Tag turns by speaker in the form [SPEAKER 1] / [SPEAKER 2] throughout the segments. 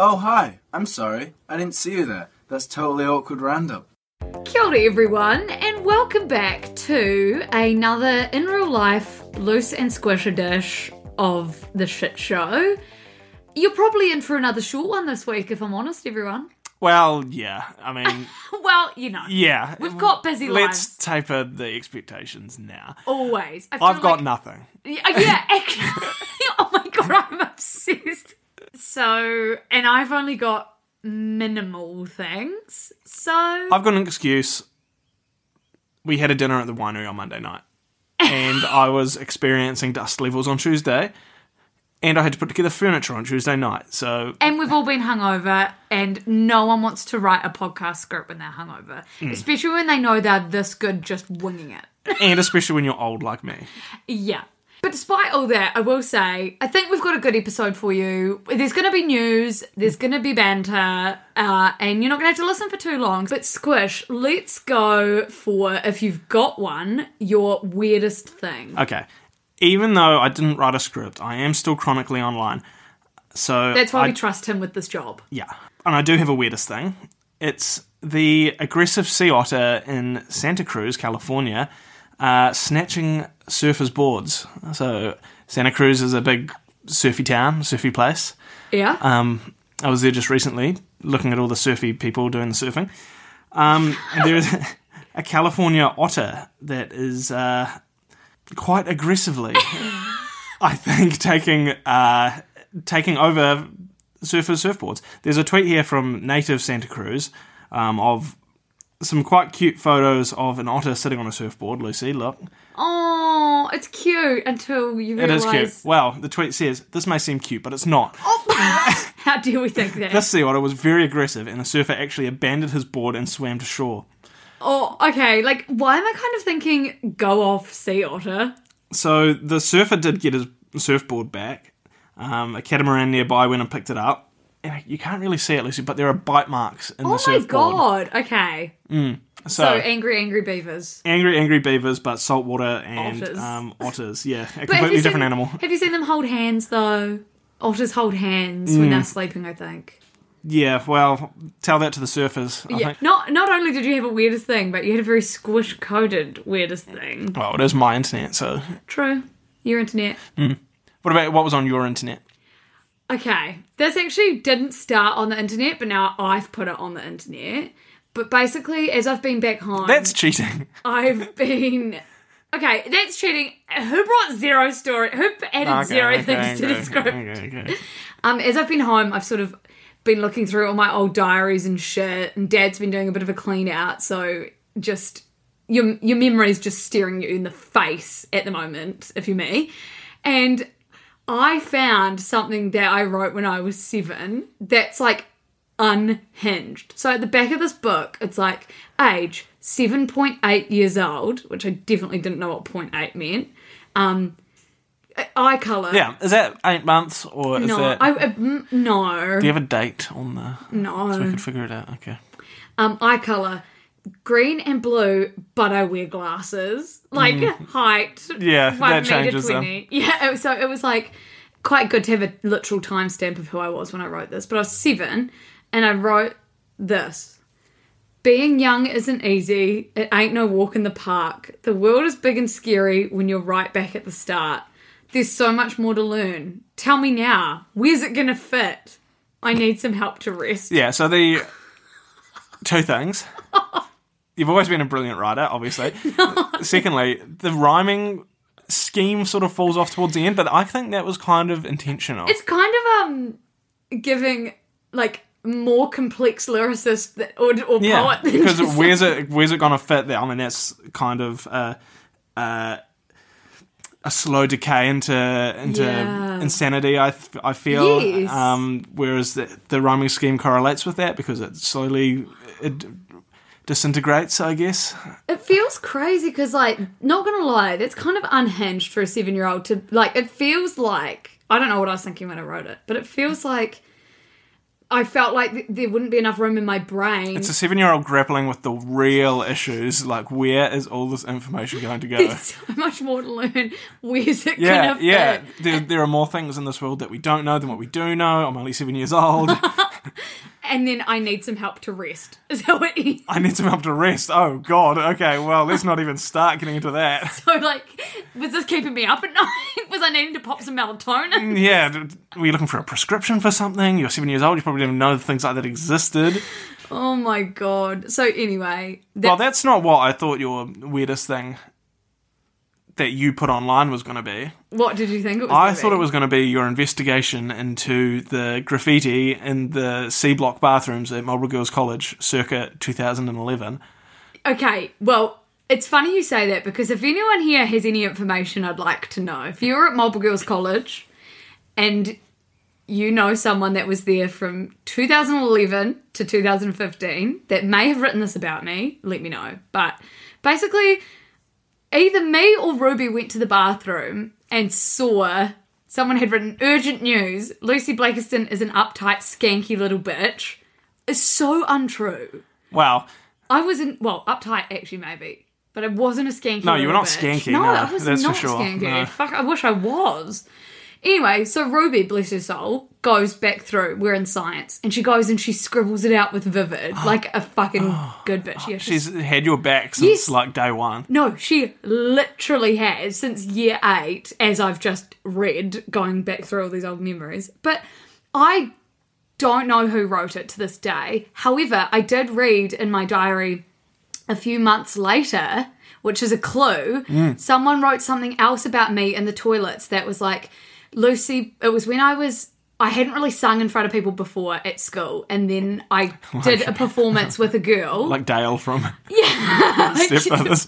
[SPEAKER 1] Oh, hi. I'm sorry. I didn't see you there. That's totally awkward random.
[SPEAKER 2] Kia ora, everyone, and welcome back to another in real life loose and squishy dish of The Shit Show. You're probably in for another short one this week, if I'm honest, everyone.
[SPEAKER 3] Well, yeah. I mean,
[SPEAKER 2] Well, you know.
[SPEAKER 3] yeah.
[SPEAKER 2] We've got busy
[SPEAKER 3] Let's
[SPEAKER 2] lives.
[SPEAKER 3] taper the expectations now.
[SPEAKER 2] Always. I feel
[SPEAKER 3] I've got
[SPEAKER 2] like-
[SPEAKER 3] nothing.
[SPEAKER 2] Yeah, yeah actually. oh my god, I'm obsessed. So, and I've only got minimal things. So,
[SPEAKER 3] I've got an excuse. We had a dinner at the winery on Monday night, and I was experiencing dust levels on Tuesday, and I had to put together furniture on Tuesday night. So
[SPEAKER 2] And we've all been hungover, and no one wants to write a podcast script when they're hungover, especially when they know they're this good just winging it.
[SPEAKER 3] and especially when you're old like me.
[SPEAKER 2] Yeah. But despite all that, I will say, I think we've got a good episode for you. There's going to be news, there's going to be banter, uh, and you're not going to have to listen for too long. But Squish, let's go for, if you've got one, your weirdest thing.
[SPEAKER 3] Okay. Even though I didn't write a script, I am still chronically online. So
[SPEAKER 2] That's why
[SPEAKER 3] I
[SPEAKER 2] we trust him with this job.
[SPEAKER 3] Yeah. And I do have a weirdest thing. It's the aggressive sea otter in Santa Cruz, California, uh, snatching surfers' boards. So Santa Cruz is a big surfy town, surfy place.
[SPEAKER 2] Yeah?
[SPEAKER 3] Um, I was there just recently, looking at all the surfy people doing the surfing. Um, and there is a California otter that is uh, quite aggressively, I think, taking uh, taking over surfers' surfboards. There's a tweet here from native Santa Cruz um, of some quite cute photos of an otter sitting on a surfboard. Lucy, look.
[SPEAKER 2] oh, it's cute until you
[SPEAKER 3] It
[SPEAKER 2] realize.
[SPEAKER 3] is cute. Well, the tweet says, this may seem cute, but it's not.
[SPEAKER 2] How do we think that?
[SPEAKER 3] This sea otter was very aggressive, and the surfer actually abandoned his board and swam to shore.
[SPEAKER 2] Oh, okay. Like, why am I kind of thinking go off sea otter?
[SPEAKER 3] So the surfer did get his surfboard back. Um, a catamaran nearby went and picked it up. And you can't really see it, Lucy, but there are bite marks in
[SPEAKER 2] Oh
[SPEAKER 3] the
[SPEAKER 2] my
[SPEAKER 3] surfboard.
[SPEAKER 2] god. Okay.
[SPEAKER 3] So,
[SPEAKER 2] So, angry, angry beavers.
[SPEAKER 3] angry, angry beavers, but saltwater and
[SPEAKER 2] Otters.
[SPEAKER 3] otters. Um, otters. Yeah, a
[SPEAKER 2] But have
[SPEAKER 3] completely
[SPEAKER 2] you
[SPEAKER 3] different
[SPEAKER 2] seen-
[SPEAKER 3] animal.
[SPEAKER 2] Have you seen them hold hands though? Otters hold hands
[SPEAKER 3] Hmm.
[SPEAKER 2] when they're sleeping. I think.
[SPEAKER 3] Yeah, well, tell that to the surfers. I
[SPEAKER 2] Yeah.
[SPEAKER 3] think.
[SPEAKER 2] Not not only did you have a weirdest thing, but you had a very squish coded weirdest thing.
[SPEAKER 3] Well, it is my internet, so.
[SPEAKER 2] True. Your internet.
[SPEAKER 3] What about what was on your internet?
[SPEAKER 2] Okay, this actually didn't start on the internet, but now I've put it on the internet. But basically, as I've been back home,
[SPEAKER 3] That's cheating.
[SPEAKER 2] I've been. Okay, that's cheating. Who brought zero story? Who added
[SPEAKER 3] Okay,
[SPEAKER 2] zero
[SPEAKER 3] okay,
[SPEAKER 2] things to
[SPEAKER 3] okay,
[SPEAKER 2] the script?
[SPEAKER 3] okay, okay.
[SPEAKER 2] Um, as I've been home, I've sort of been looking through all my old diaries and shit, and Dad's been doing a bit of a clean out. So just your your memory's just staring you in the face at the moment, if you're me. And I found something that I wrote when I was seven. That's like unhinged. So at the back of this book, it's like age 7.8 years old, which I definitely didn't know what 0.8 meant. Um, eye color.
[SPEAKER 3] Yeah, is that eight months or is
[SPEAKER 2] No,
[SPEAKER 3] that?
[SPEAKER 2] I, uh, mm, no,
[SPEAKER 3] do you have a date on the? So I
[SPEAKER 2] no.
[SPEAKER 3] could figure it out. Okay.
[SPEAKER 2] Um, eye color, green and blue, but I wear glasses. Like height,
[SPEAKER 3] Mm. Yeah,
[SPEAKER 2] one
[SPEAKER 3] that
[SPEAKER 2] meter
[SPEAKER 3] changes them.
[SPEAKER 2] 20. Yeah, it was, so it was like quite good to have a literal timestamp of who I was when I wrote this. But I was seven, and I wrote this. Being young isn't easy. It ain't no walk in the park. The world is big and scary when you're right back at the start. There's so much more to learn. Tell me now, where's it gonna fit? I need some help to rest.
[SPEAKER 3] Yeah, so the two things. You've always been a brilliant writer, obviously. Secondly, the rhyming scheme sort of falls off towards the end, but I think that was kind of intentional.
[SPEAKER 2] It's kind of um giving like more complex lyricist that, or, or
[SPEAKER 3] yeah,
[SPEAKER 2] poet than
[SPEAKER 3] because
[SPEAKER 2] just-
[SPEAKER 3] where's it where's it going to fit there? I mean, that's kind of uh, uh, a slow decay into into
[SPEAKER 2] Yeah.
[SPEAKER 3] insanity. I th- I feel.
[SPEAKER 2] Yes.
[SPEAKER 3] Um, whereas the, the rhyming scheme correlates with that because it slowly it disintegrates. I guess.
[SPEAKER 2] It feels crazy because, like, not gonna lie, that's kind of unhinged for a seven year old to, like, it feels like, I don't know what I was thinking when I wrote it, but it feels like I felt like th- there wouldn't be enough room in my brain.
[SPEAKER 3] It's a seven-year-old grappling with the real issues, like where is all this information going to go?
[SPEAKER 2] There's so much more to learn. Where's it
[SPEAKER 3] Yeah,
[SPEAKER 2] gonna
[SPEAKER 3] yeah.
[SPEAKER 2] fit?
[SPEAKER 3] There, there are more things in this world that we don't know than what we do know. I'm only seven years old.
[SPEAKER 2] And then I need some help to rest. So, it,
[SPEAKER 3] I need some help to rest. Oh God. Okay. Well, let's not even start getting into that.
[SPEAKER 2] so like, was this keeping me up at night? Was I needing to pop some melatonin?
[SPEAKER 3] Yeah. d- Were you looking for a prescription for something? You're seven years old. You probably didn't even know things like that existed.
[SPEAKER 2] Oh my god. So, anyway, that,
[SPEAKER 3] Well, that's not what I thought your weirdest thing that you put online was going to be.
[SPEAKER 2] what did you think it was?
[SPEAKER 3] I
[SPEAKER 2] gonna
[SPEAKER 3] thought
[SPEAKER 2] be?
[SPEAKER 3] it was going to be your investigation into the graffiti in the C block bathrooms at Marlborough Girls College circa 2011.
[SPEAKER 2] Okay, well, it's funny you say that because if anyone here has any information I'd like to know, if you were at Marlborough Girls College and you know someone that was there from 2011 to 2015 that may have written this about me, let me know. But basically, either me or Ruby went to the bathroom and saw someone had written urgent news Lucy Blakiston is an uptight, skanky little bitch. It's so untrue.
[SPEAKER 3] Wow.
[SPEAKER 2] I wasn't well uptight actually maybe, but I wasn't a skanky.
[SPEAKER 3] No, you were
[SPEAKER 2] little
[SPEAKER 3] not
[SPEAKER 2] bitch.
[SPEAKER 3] skanky,
[SPEAKER 2] No,
[SPEAKER 3] no,
[SPEAKER 2] I was
[SPEAKER 3] that's for
[SPEAKER 2] not
[SPEAKER 3] sure,
[SPEAKER 2] skanky.
[SPEAKER 3] no.
[SPEAKER 2] Fuck, I wish I was. Anyway, so Ruby, bless her soul, goes back through. We're in science, and she goes and she scribbles it out with vivid, like a fucking good bitch. Yeah, she's,
[SPEAKER 3] Oh, She's had your back since
[SPEAKER 2] Yes.
[SPEAKER 3] like day one.
[SPEAKER 2] no, she literally has since year eight, as I've just read, going back through all these old memories. But I don't know who wrote it to this day. However, I did read in my diary a few months later, which is a clue, someone wrote something else about me in the toilets that was like, Lucy, it was when I was. I hadn't really sung in front of people before at school, and then I did a performance with a girl.
[SPEAKER 3] Like Dale from
[SPEAKER 2] Like,
[SPEAKER 3] Step Brothers.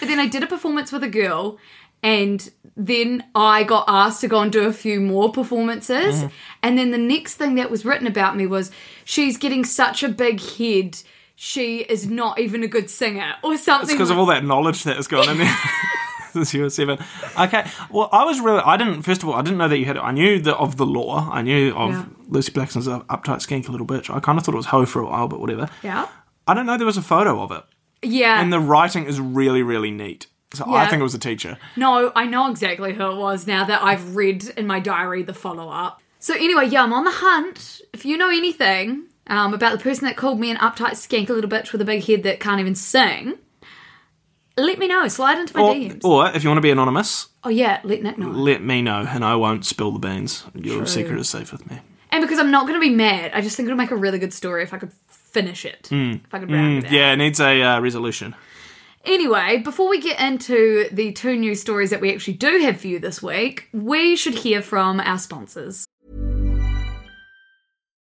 [SPEAKER 2] But then I did a performance with a girl, and then I got asked to go and do a few more performances.
[SPEAKER 3] Mm-hmm.
[SPEAKER 2] And then the next thing that was written about me was she's getting such a big head, she is not even a good singer, or something.
[SPEAKER 3] It's because of all that knowledge that has gone in there since you were seven. Okay. Well, I was really. I didn't. First of all, I didn't know that you had. it. I knew the, of the law. I knew of
[SPEAKER 2] Yeah.
[SPEAKER 3] Lucy Blackson's uh, uptight, skanky little bitch. I kind of thought it was hoe for a while, but whatever.
[SPEAKER 2] Yeah.
[SPEAKER 3] I don't know. There was a photo of it,
[SPEAKER 2] Yeah.
[SPEAKER 3] and the writing is really, really neat. So I
[SPEAKER 2] Yeah.
[SPEAKER 3] think it was a teacher.
[SPEAKER 2] No, I know exactly who it was now that I've read in my diary the follow up. So, anyway, yeah, I'm on the hunt. If you know anything um, about the person that called me an uptight skank, a little bitch with a big head that can't even sing, let me know. Slide into my
[SPEAKER 3] Or,
[SPEAKER 2] DMs.
[SPEAKER 3] or if you want to be anonymous,
[SPEAKER 2] oh, yeah, let Nick know.
[SPEAKER 3] let me know, and I won't spill the beans. Your secret is safe with me.
[SPEAKER 2] and because I'm not going to be mad, I just think it would make a really good story if I could finish it. If I could round it out.
[SPEAKER 3] Hmm. Yeah, it needs a uh, resolution.
[SPEAKER 2] Anyway, before we get into the two news stories that we actually do have for you this week, we should hear from our sponsors.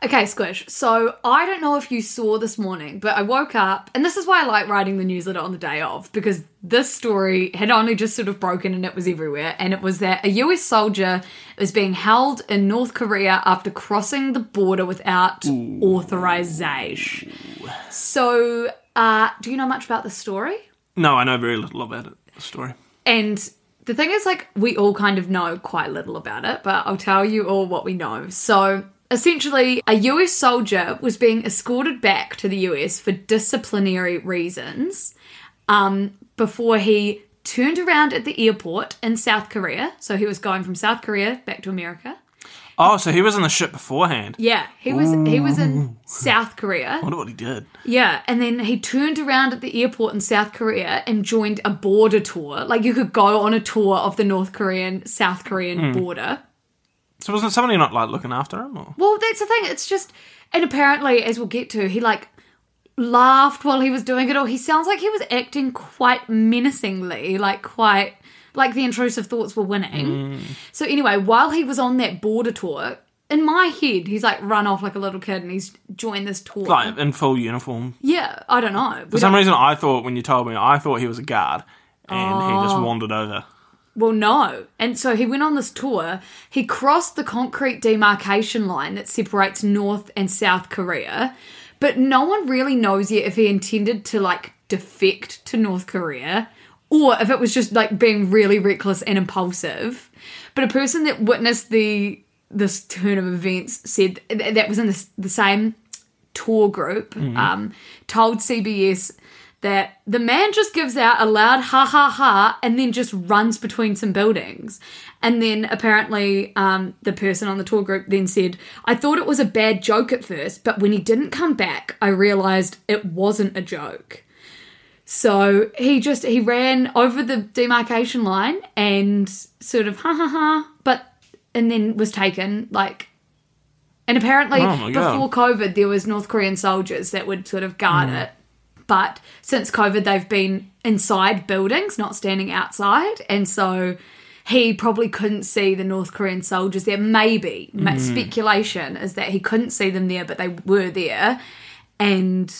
[SPEAKER 2] Okay, Squish. So I don't know if you saw this morning, but I woke up, and this is why I like writing the newsletter on the day of, because this story had only just sort of broken and it was everywhere. And it was that a US soldier was being held in North Korea after crossing the border without authorization. So, uh, do you know much about the story?
[SPEAKER 3] No, I know very little about it. The story.
[SPEAKER 2] And the thing is, like, we all kind of know quite little about it, but I'll tell you all what we know. So, essentially, a US soldier was being escorted back to the US for disciplinary reasons um, before he turned around at the airport in South Korea. So he was going from South Korea back to America.
[SPEAKER 3] Oh, so he was in the ship beforehand.
[SPEAKER 2] Yeah, he was he was in South Korea.
[SPEAKER 3] I wonder what he did.
[SPEAKER 2] Yeah, and then he turned around at the airport in South Korea and joined a border tour. Like you could go on a tour of the North Korean South Korean
[SPEAKER 3] Hmm.
[SPEAKER 2] border.
[SPEAKER 3] So wasn't somebody not like looking after him? Or?
[SPEAKER 2] Well, that's the thing. It's just, and apparently, as we'll get to, he like laughed while he was doing it, or he sounds like he was acting quite menacingly, like quite like the intrusive thoughts were winning.
[SPEAKER 3] Hmm.
[SPEAKER 2] So anyway, while he was on that border tour, in my head, he's like run off like a little kid, and he's joined this tour.
[SPEAKER 3] Like in full uniform.
[SPEAKER 2] yeah, I don't know. We
[SPEAKER 3] For some
[SPEAKER 2] don't-
[SPEAKER 3] reason, I thought when you told me, I thought he was a guard, and he
[SPEAKER 2] Oh.
[SPEAKER 3] just wandered over.
[SPEAKER 2] Well, no. And so he went on this tour. He crossed the concrete demarcation line that separates North and South Korea, but no one really knows yet if he intended to like defect to North Korea or if it was just like being really reckless and impulsive. But a person that witnessed the this turn of events said th- that was in this, the same tour group um, told CBS that the man just gives out a loud ha ha ha and then just runs between some buildings. And then apparently, um, the person on the tour group then said, I thought it was a bad joke at first, but when he didn't come back, I realized it wasn't a joke. So he just he ran over the demarcation line and sort of ha ha ha, but and then was taken like, and apparently
[SPEAKER 3] Oh my God. Hmm.
[SPEAKER 2] before COVID, there was North Korean soldiers that would sort of guard it. But since COVID, they've been inside buildings, not standing outside, and so he probably couldn't see the North Korean soldiers there. Maybe Ma-
[SPEAKER 3] Hmm.
[SPEAKER 2] speculation is that he couldn't see them there, but they were there, and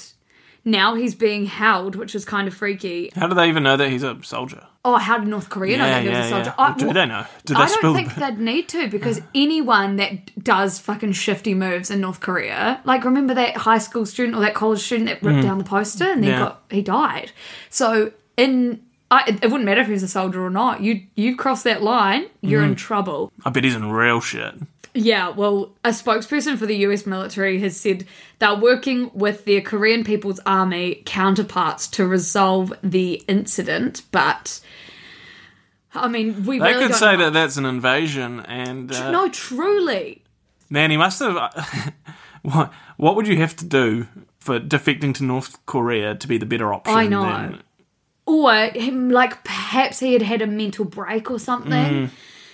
[SPEAKER 2] now he's being held, which is kind of freaky.
[SPEAKER 3] How do they even know that he's a soldier?
[SPEAKER 2] Oh, how did North Korea know
[SPEAKER 3] Yeah,
[SPEAKER 2] that he was
[SPEAKER 3] yeah,
[SPEAKER 2] a soldier?
[SPEAKER 3] yeah.
[SPEAKER 2] I-
[SPEAKER 3] Or do
[SPEAKER 2] well,
[SPEAKER 3] they know? Do they
[SPEAKER 2] I
[SPEAKER 3] spill
[SPEAKER 2] don't
[SPEAKER 3] the-
[SPEAKER 2] think they'd need to because anyone that does fucking shifty moves in North Korea, like remember that high school student or that college student that ripped down the poster and then
[SPEAKER 3] Mm. Yeah.
[SPEAKER 2] got he died. So in I, it wouldn't matter if he was a soldier or not. You you cross that line, you're
[SPEAKER 3] Mm.
[SPEAKER 2] in trouble.
[SPEAKER 3] I bet he's in real shit.
[SPEAKER 2] Yeah, well, a spokesperson for the US military has said they're working with their Korean People's Army counterparts to resolve the incident, but I mean, we
[SPEAKER 3] They
[SPEAKER 2] really
[SPEAKER 3] could
[SPEAKER 2] don't
[SPEAKER 3] say
[SPEAKER 2] know.
[SPEAKER 3] that that's an invasion, and uh,
[SPEAKER 2] No, truly.
[SPEAKER 3] man, he must have. what What would you have to do for defecting to North Korea to be the better option?
[SPEAKER 2] I know.
[SPEAKER 3] than-
[SPEAKER 2] Or him, like perhaps he had had a mental break or something.
[SPEAKER 3] Mm.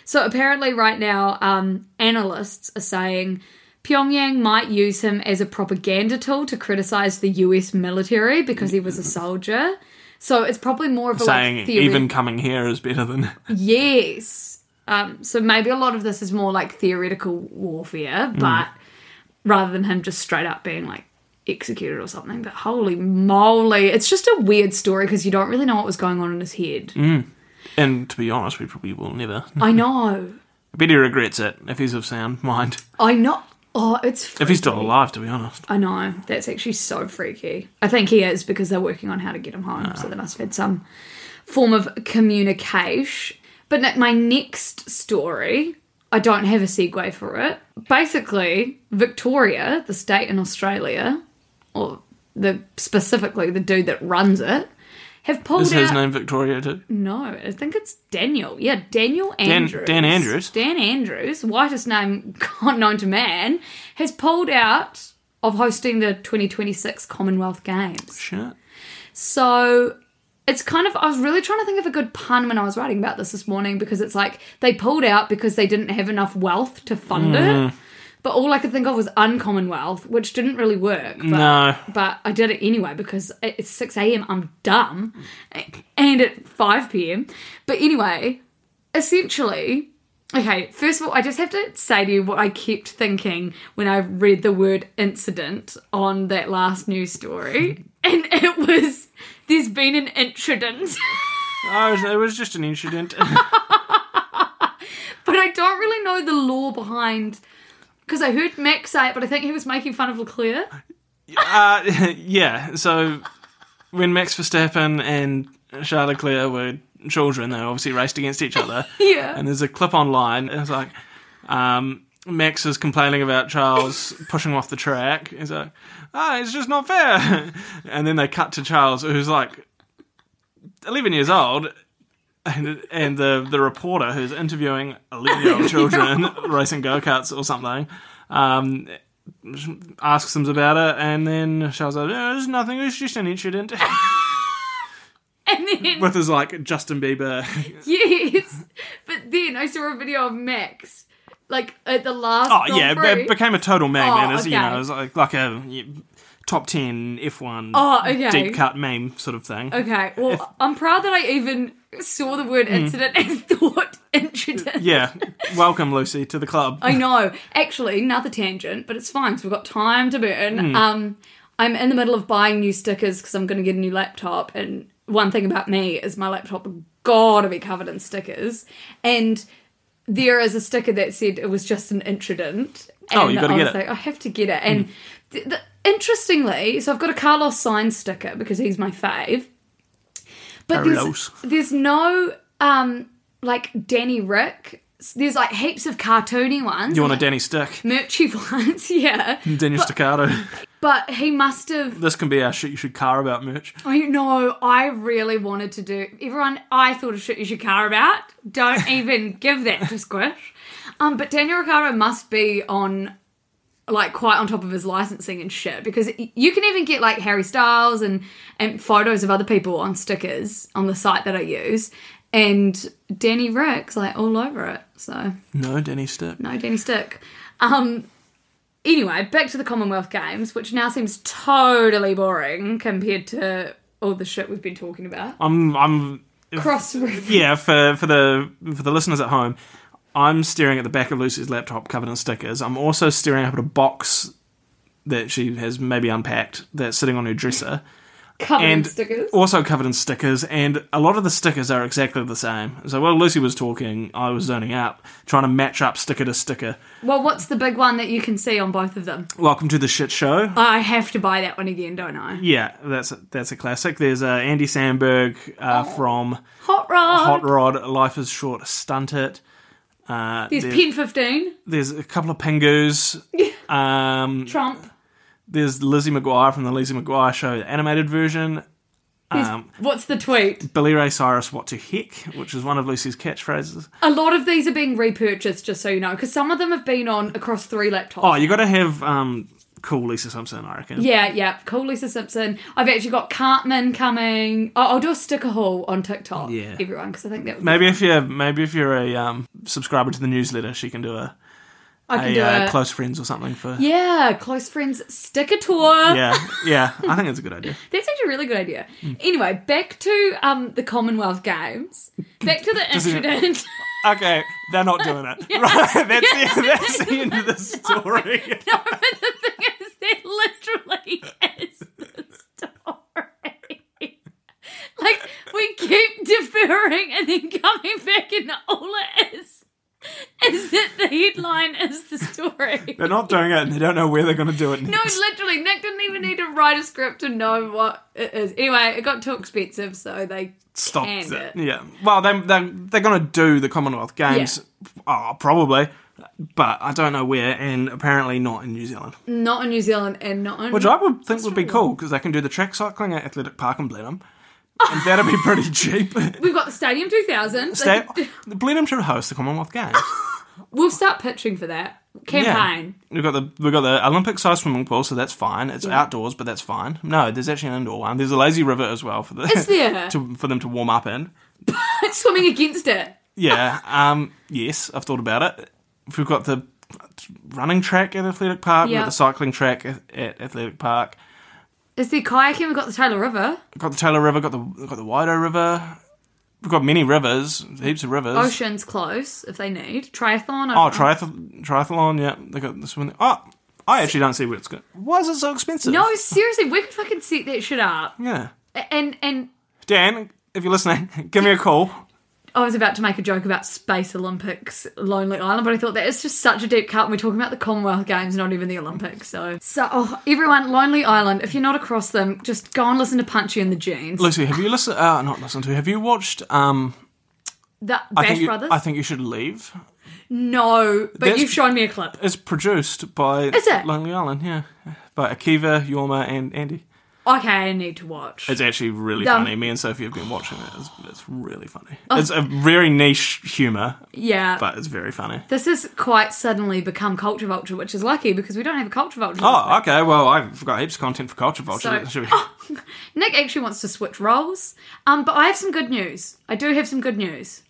[SPEAKER 2] So apparently, right now, um, analysts are saying Pyongyang might use him as a propaganda tool to criticize the U.S. military because he was a soldier. So it's probably more of a
[SPEAKER 3] saying
[SPEAKER 2] like theory.
[SPEAKER 3] even coming here is better than.
[SPEAKER 2] yes. Um, so maybe a lot of this is more like theoretical warfare,
[SPEAKER 3] Mm.
[SPEAKER 2] but rather than him just straight up being like executed or something. But holy moly, it's just a weird story because you don't really know what was going on in his head.
[SPEAKER 3] And to be honest, we probably will never.
[SPEAKER 2] I know.
[SPEAKER 3] I bet he regrets it if he's of sound mind.
[SPEAKER 2] I know. Oh, it's.
[SPEAKER 3] If he's
[SPEAKER 2] freaky.
[SPEAKER 3] still alive, to be honest.
[SPEAKER 2] I know. That's actually so freaky. I think he is because they're working on how to get him home. So they must have had some form of communication. But n- my next story, I don't have a segue for it. Basically, Victoria, the state in Australia, or the specifically the dude that runs it, have pulled
[SPEAKER 3] Is
[SPEAKER 2] out.
[SPEAKER 3] his name Victoria too?
[SPEAKER 2] No, I think it's Daniel. Yeah, Daniel
[SPEAKER 3] Dan
[SPEAKER 2] Andrews.
[SPEAKER 3] Andrews.
[SPEAKER 2] Dan Andrews, whitest name God known to man, has pulled out of hosting the 2026 Commonwealth Games.
[SPEAKER 3] Shit.
[SPEAKER 2] So it's kind of, I was really trying to think of a good pun when I was writing about this this morning because it's like they pulled out because they didn't have enough wealth to fund
[SPEAKER 3] Mm.
[SPEAKER 2] it. But all I could think of was uncommon wealth, which didn't really work. But,
[SPEAKER 3] No.
[SPEAKER 2] But I did it anyway because it's 6 a.m. I'm dumb. And at 5 p.m. But anyway, essentially, okay, first of all, I just have to say to you what I kept thinking when I read the word incident on that last news story. And it was there's been an incident.
[SPEAKER 3] Oh, it was- it was just an incident.
[SPEAKER 2] but I don't really know the law behind. Because I heard Mac say it, but I think he was making fun of Leclerc.
[SPEAKER 3] Uh, yeah, so when Max Verstappen and Charles Leclerc were children, they obviously raced against each other.
[SPEAKER 2] Yeah.
[SPEAKER 3] And there's a clip online, and it's like, um, Max is complaining about Charles pushing him off the track. He's like, ah, it's just not fair. And then they cut to Charles, who's like 11 years old, and, and the, the reporter who's interviewing 11 year old children racing go karts or something um, asks them about it, and then Charles like, "Yeah, There's nothing, it's just an incident.
[SPEAKER 2] And then
[SPEAKER 3] With his like Justin Bieber.
[SPEAKER 2] yes, but then I saw a video of Max, like at the last.
[SPEAKER 3] Oh,
[SPEAKER 2] Grand
[SPEAKER 3] yeah, it-
[SPEAKER 2] Prix.
[SPEAKER 3] it became a total magnet.
[SPEAKER 2] Oh,
[SPEAKER 3] as, You
[SPEAKER 2] okay.
[SPEAKER 3] know, it was like, like a yeah, top 10 F1
[SPEAKER 2] Oh, okay.
[SPEAKER 3] deep cut meme sort of thing.
[SPEAKER 2] Okay, well, I'm proud that I even saw the
[SPEAKER 3] Hmm.
[SPEAKER 2] word incident and thought incident.
[SPEAKER 3] Yeah. Welcome, Lucy, to the club.
[SPEAKER 2] I know. Actually, another tangent, but it's fine because we've got time to burn.
[SPEAKER 3] Hmm.
[SPEAKER 2] Um, I'm in the middle of buying new stickers because I'm going to get a new laptop. And one thing about me is my laptop got to be covered in stickers. And there is a sticker that said it was just an incident. And
[SPEAKER 3] Oh, you gotta
[SPEAKER 2] I
[SPEAKER 3] get it.
[SPEAKER 2] was
[SPEAKER 3] Hmm.
[SPEAKER 2] like, I have to get it. And th- th- interestingly, so I've got a Carlos Sainz sticker because he's my fave. But
[SPEAKER 3] Carlos.
[SPEAKER 2] there's, there's no um like Danny Rick. There's like heaps of cartoony ones.
[SPEAKER 3] you want a Danny Stick?
[SPEAKER 2] merchy ones, yeah.
[SPEAKER 3] Daniel Staccato.
[SPEAKER 2] But he must have
[SPEAKER 3] This can be our shit you should care about merch.
[SPEAKER 2] I know, I really wanted to do everyone I thought of shit you should care about. Don't even give that to Squish. Um, but Daniel Ricciardo must be on like quite on top of his licensing and shit because y- you can even get like Harry Styles and and photos of other people on stickers on the site that I use, and Danny Rick's like all over it. So
[SPEAKER 3] No, Danny Stick.
[SPEAKER 2] No, Danny Stick. Um, anyway, back to the Commonwealth Games, which now seems totally boring compared to all the shit we've been talking about.
[SPEAKER 3] I'm, I'm,
[SPEAKER 2] Cross reference.
[SPEAKER 3] yeah. For for the for the listeners at home, I'm staring at the back of Lucy's laptop covered in stickers. I'm also staring up at a box that she has maybe unpacked that's sitting on her dresser.
[SPEAKER 2] covered in
[SPEAKER 3] and
[SPEAKER 2] stickers.
[SPEAKER 3] also covered in stickers and a lot of the stickers are exactly the same so while lucy was talking i was zoning out trying to match up sticker to sticker
[SPEAKER 2] Well, what's the big one that you can see on both of them?
[SPEAKER 3] welcome to the shit show
[SPEAKER 2] I have to buy that one again, don't I?
[SPEAKER 3] yeah that's a, that's a classic there's uh, andy sandberg uh,
[SPEAKER 2] Oh.
[SPEAKER 3] from
[SPEAKER 2] Hot Rod.
[SPEAKER 3] Oh, hot rod life is short stunt it uh,
[SPEAKER 2] There's
[SPEAKER 3] there-
[SPEAKER 2] Pen 15,
[SPEAKER 3] there's a couple of pingoos um,
[SPEAKER 2] Trump.
[SPEAKER 3] there's lizzie mcguire from the lizzie mcguire show the animated version Um,
[SPEAKER 2] What's the tweet?
[SPEAKER 3] billy ray cyrus what to heck which is one of lucy's catchphrases
[SPEAKER 2] A lot of these are being repurchased, just so you know, because some of them have been on across three laptops.
[SPEAKER 3] Oh, you got to have um, cool Lisa Simpson, I reckon.
[SPEAKER 2] Yeah, yeah. Cool Lisa Simpson. I've actually got Cartman coming. Oh, I'll do a sticker haul on TikTok,
[SPEAKER 3] Yeah.
[SPEAKER 2] everyone, because I think that would
[SPEAKER 3] Maybe if you're maybe if you're a um, subscriber to the newsletter, she can do a,
[SPEAKER 2] I can
[SPEAKER 3] a
[SPEAKER 2] do
[SPEAKER 3] uh,
[SPEAKER 2] a
[SPEAKER 3] close friends or something for.
[SPEAKER 2] yeah, close friends sticker tour.
[SPEAKER 3] yeah, Mm. yeah, I think it's a good idea.
[SPEAKER 2] That's actually a really good idea. Anyway, back to um the Commonwealth Games. Back to the
[SPEAKER 3] it-
[SPEAKER 2] incident.
[SPEAKER 3] Okay, they're not doing it. Right, that's the, that's the end of the story.
[SPEAKER 2] no, but the thing is, that literally is the story. Like we keep deferring and then coming back, and all it is is that the headline is the story.
[SPEAKER 3] They're not doing it, and they don't know where they're going to do it
[SPEAKER 2] No,
[SPEAKER 3] next.
[SPEAKER 2] literally, Nick didn't even need to write a script to know what it is. Anyway, it got too expensive, so they
[SPEAKER 3] Stop
[SPEAKER 2] canned
[SPEAKER 3] it. Yeah. Well, they they they're going to do the Commonwealth Games. Oh, probably, but I don't know where, and apparently not in New Zealand.
[SPEAKER 2] Not in New Zealand and not in.
[SPEAKER 3] Which I would think would be cool because they can do the track cycling at Athletic Park in Blenheim, and that'd be pretty cheap.
[SPEAKER 2] We've got the Stadium 2000.
[SPEAKER 3] Stay,
[SPEAKER 2] They could-
[SPEAKER 3] the Blenheim should host the Commonwealth Games.
[SPEAKER 2] We'll start pitching for that
[SPEAKER 3] Yeah,
[SPEAKER 2] campaign.
[SPEAKER 3] we've got the we've got the Olympic-sized swimming pool, so that's fine. It's outdoors, but that's fine. No, there's actually an indoor one. There's a lazy river as well for the
[SPEAKER 2] Is there?
[SPEAKER 3] to, for them to warm up in.
[SPEAKER 2] It's swimming against it.
[SPEAKER 3] Yeah. um. Yes, I've thought about it. We've got the running track at Athletic Park. We've
[SPEAKER 2] Yeah.
[SPEAKER 3] got the cycling track at, at Athletic Park.
[SPEAKER 2] Is there kayaking? We've got the Taylor River.
[SPEAKER 3] We've got the Taylor River, got the we've got the Wido River. We've got many rivers, heaps of rivers.
[SPEAKER 2] Ocean's close if they need. Triathlon. I
[SPEAKER 3] Oh,
[SPEAKER 2] don't know.
[SPEAKER 3] triath- triathlon, yeah. They got this one. Oh, I actually don't see where it's going. Why is it so expensive?
[SPEAKER 2] No, seriously, we could fucking set that shit up.
[SPEAKER 3] Yeah.
[SPEAKER 2] And and
[SPEAKER 3] Dan, if you're listening, give me a call.
[SPEAKER 2] I was about to make a joke about Space Olympics, Lonely Island, but I thought that is just such a deep cut. And we're talking about the Commonwealth Games, not even the Olympics. So, so oh, everyone, Lonely Island. If you're not across them, just go and listen to Punchy and the Jeans.
[SPEAKER 3] Lucy, have you listened? Uh, not listened to. Have you watched? Um,
[SPEAKER 2] the
[SPEAKER 3] I
[SPEAKER 2] Bash
[SPEAKER 3] think you,
[SPEAKER 2] Brothers.
[SPEAKER 3] I think you should leave.
[SPEAKER 2] no, but
[SPEAKER 3] That's-
[SPEAKER 2] you've shown me a clip.
[SPEAKER 3] It's produced by
[SPEAKER 2] Is it?
[SPEAKER 3] Lonely Island, yeah, by Akiva, Yorma, and Andy.
[SPEAKER 2] okay, I need to watch.
[SPEAKER 3] It's actually really
[SPEAKER 2] Um,
[SPEAKER 3] funny. Me and Sophie have been watching it. It's, it's really funny.
[SPEAKER 2] Oh.
[SPEAKER 3] It's a very niche humor,
[SPEAKER 2] yeah.
[SPEAKER 3] but it's very funny.
[SPEAKER 2] this has quite suddenly become Culture Vulture, which is lucky because we don't have a Culture Vulture.
[SPEAKER 3] Oh, okay. Well, I've got heaps of content for Culture Vulture.
[SPEAKER 2] So-
[SPEAKER 3] Should we-
[SPEAKER 2] Nick actually wants to switch roles. Um, but I have some good news. I do have some good news.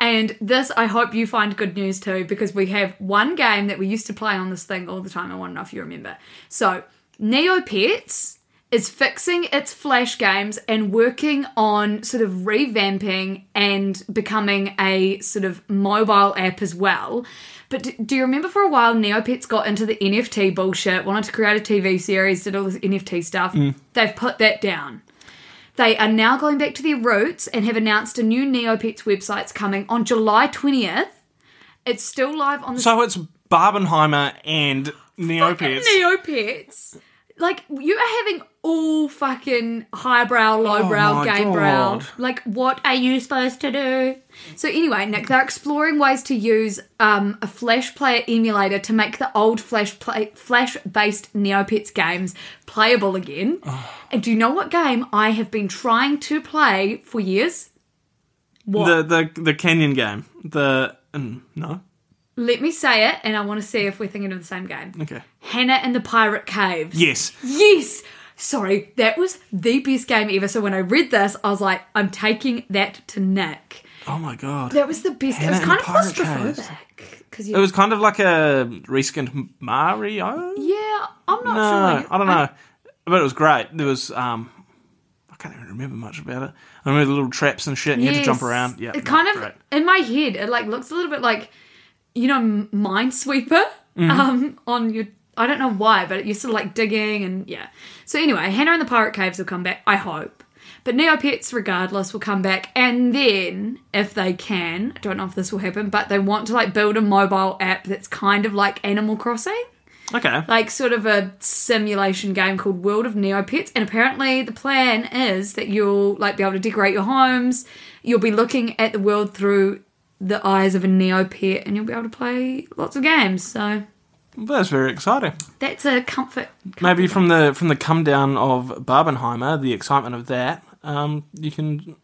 [SPEAKER 2] And this, I hope you find good news too, because we have one game that we used to play on this thing all the time. I want to know if you remember. So, Neopets is fixing its Flash games and working on sort of revamping and becoming a sort of mobile app as well. But do, do you remember for a while Neopets got into the NFT bullshit, wanted to create a TV series, did all this NFT stuff? They've put that down. They are now going back to their roots and have announced a new Neopets website's coming on July 20th. It's still live on the
[SPEAKER 3] so it's Barbenheimer and Neopets.
[SPEAKER 2] Neopets. Like you are having all fucking highbrow, lowbrow,
[SPEAKER 3] Oh my
[SPEAKER 2] gay brow.
[SPEAKER 3] God.
[SPEAKER 2] Like what are you supposed to do? So anyway, Nick, they're exploring ways to use um, a Flash player emulator to make the old Flash play Flash based Neopets games playable again. And do you know what game I have been trying to play for years?
[SPEAKER 3] the, the the Canyon game. The mm, no.
[SPEAKER 2] Let me say it, and I want to see if we're thinking of the same game.
[SPEAKER 3] Okay.
[SPEAKER 2] Hannah and the Pirate Caves.
[SPEAKER 3] Yes.
[SPEAKER 2] Yes! Sorry, that was the best game ever. So when I read this, I was like, I'm taking that to Nick.
[SPEAKER 3] Oh my god.
[SPEAKER 2] That was the best.
[SPEAKER 3] Hannah
[SPEAKER 2] it was kind
[SPEAKER 3] and
[SPEAKER 2] of
[SPEAKER 3] Pirate Caves.
[SPEAKER 2] claustrophobic. Because you.
[SPEAKER 3] It was kind of like a reskinned Mario.
[SPEAKER 2] yeah, I'm not
[SPEAKER 3] No,
[SPEAKER 2] sure.
[SPEAKER 3] I don't know. but it was great. There was um, I can't even remember much about it. I remember the little traps and shit. You had to jump
[SPEAKER 2] Yes.
[SPEAKER 3] around. Yeah,
[SPEAKER 2] It
[SPEAKER 3] no,
[SPEAKER 2] kind of
[SPEAKER 3] great.
[SPEAKER 2] in my head. It like looks a little bit like, you know, M- Minesweeper.
[SPEAKER 3] Mm-hmm.
[SPEAKER 2] Um, on your. I don't know why, but you're sort of like digging and yeah. So anyway, Hannah and the Pirate Caves will come back. I hope. But Neopets, regardless, will come back, and then if they can, I don't know if this will happen, but they want to like build a mobile app that's kind of like Animal Crossing
[SPEAKER 3] okay.
[SPEAKER 2] like sort of a simulation game called World of Neopets. And apparently, the plan is that you'll like be able to decorate your homes. You'll be looking at the world through the eyes of a Neopet, and you'll be able to play lots of games. So
[SPEAKER 3] That's very exciting.
[SPEAKER 2] that's a comfort.
[SPEAKER 3] Maybe from the from the come down of Barbenheimer, the excitement of that, um, you can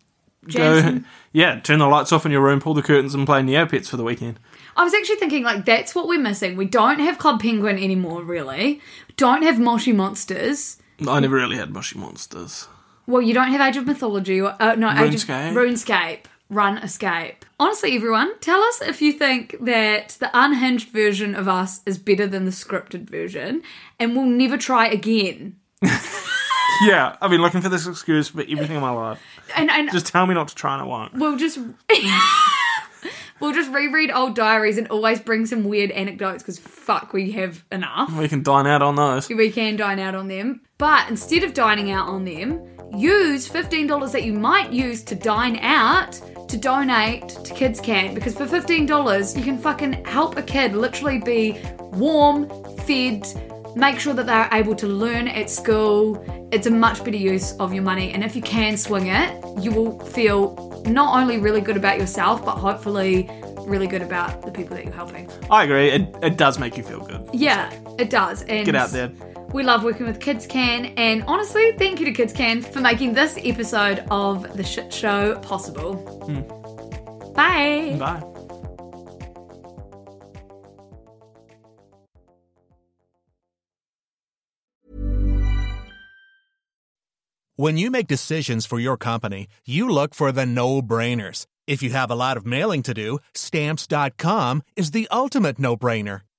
[SPEAKER 2] Jansen.
[SPEAKER 3] go. Yeah, turn the lights off in your room, pull the curtains, and play Neopets for the weekend.
[SPEAKER 2] I was actually thinking like that's what we're missing. We don't have Club Penguin anymore, really. Don't have Moshi Monsters.
[SPEAKER 3] I never really had mushy monsters.
[SPEAKER 2] Well, you don't have Age of Mythology or uh, no
[SPEAKER 3] RuneScape.
[SPEAKER 2] Age of RuneScape, Run Escape. Honestly, everyone, tell us if you think that the unhinged version of us is better than the scripted version, and we'll never try again.
[SPEAKER 3] Yeah, I've been looking for this excuse for everything in my life.
[SPEAKER 2] And and
[SPEAKER 3] Just tell me not to try, and I won't.
[SPEAKER 2] we'll just. We'll just reread old diaries and always bring some weird anecdotes because fuck, we have enough.
[SPEAKER 3] We can dine out on those.
[SPEAKER 2] We can dine out on them. But instead of dining out on them, use $15 that you might use to dine out to donate to Kids Can because for $15 you can fucking help a kid literally be warm, fed, make sure that they're able to learn at school. It's a much better use of your money and if you can swing it, you will feel not only really good about yourself but hopefully really good about the people that you're helping.
[SPEAKER 3] I agree. It, it does make you feel good.
[SPEAKER 2] Yeah, it does. And
[SPEAKER 3] Get out there.
[SPEAKER 2] we love working with Kids Can, and honestly, thank you to Kids Can for making this episode of The Shit Show possible.
[SPEAKER 3] Hmm.
[SPEAKER 2] Bye.
[SPEAKER 3] Bye.
[SPEAKER 4] When you make decisions for your company, you look for the no brainers. If you have a lot of mailing to do, stamps.com is the ultimate no brainer.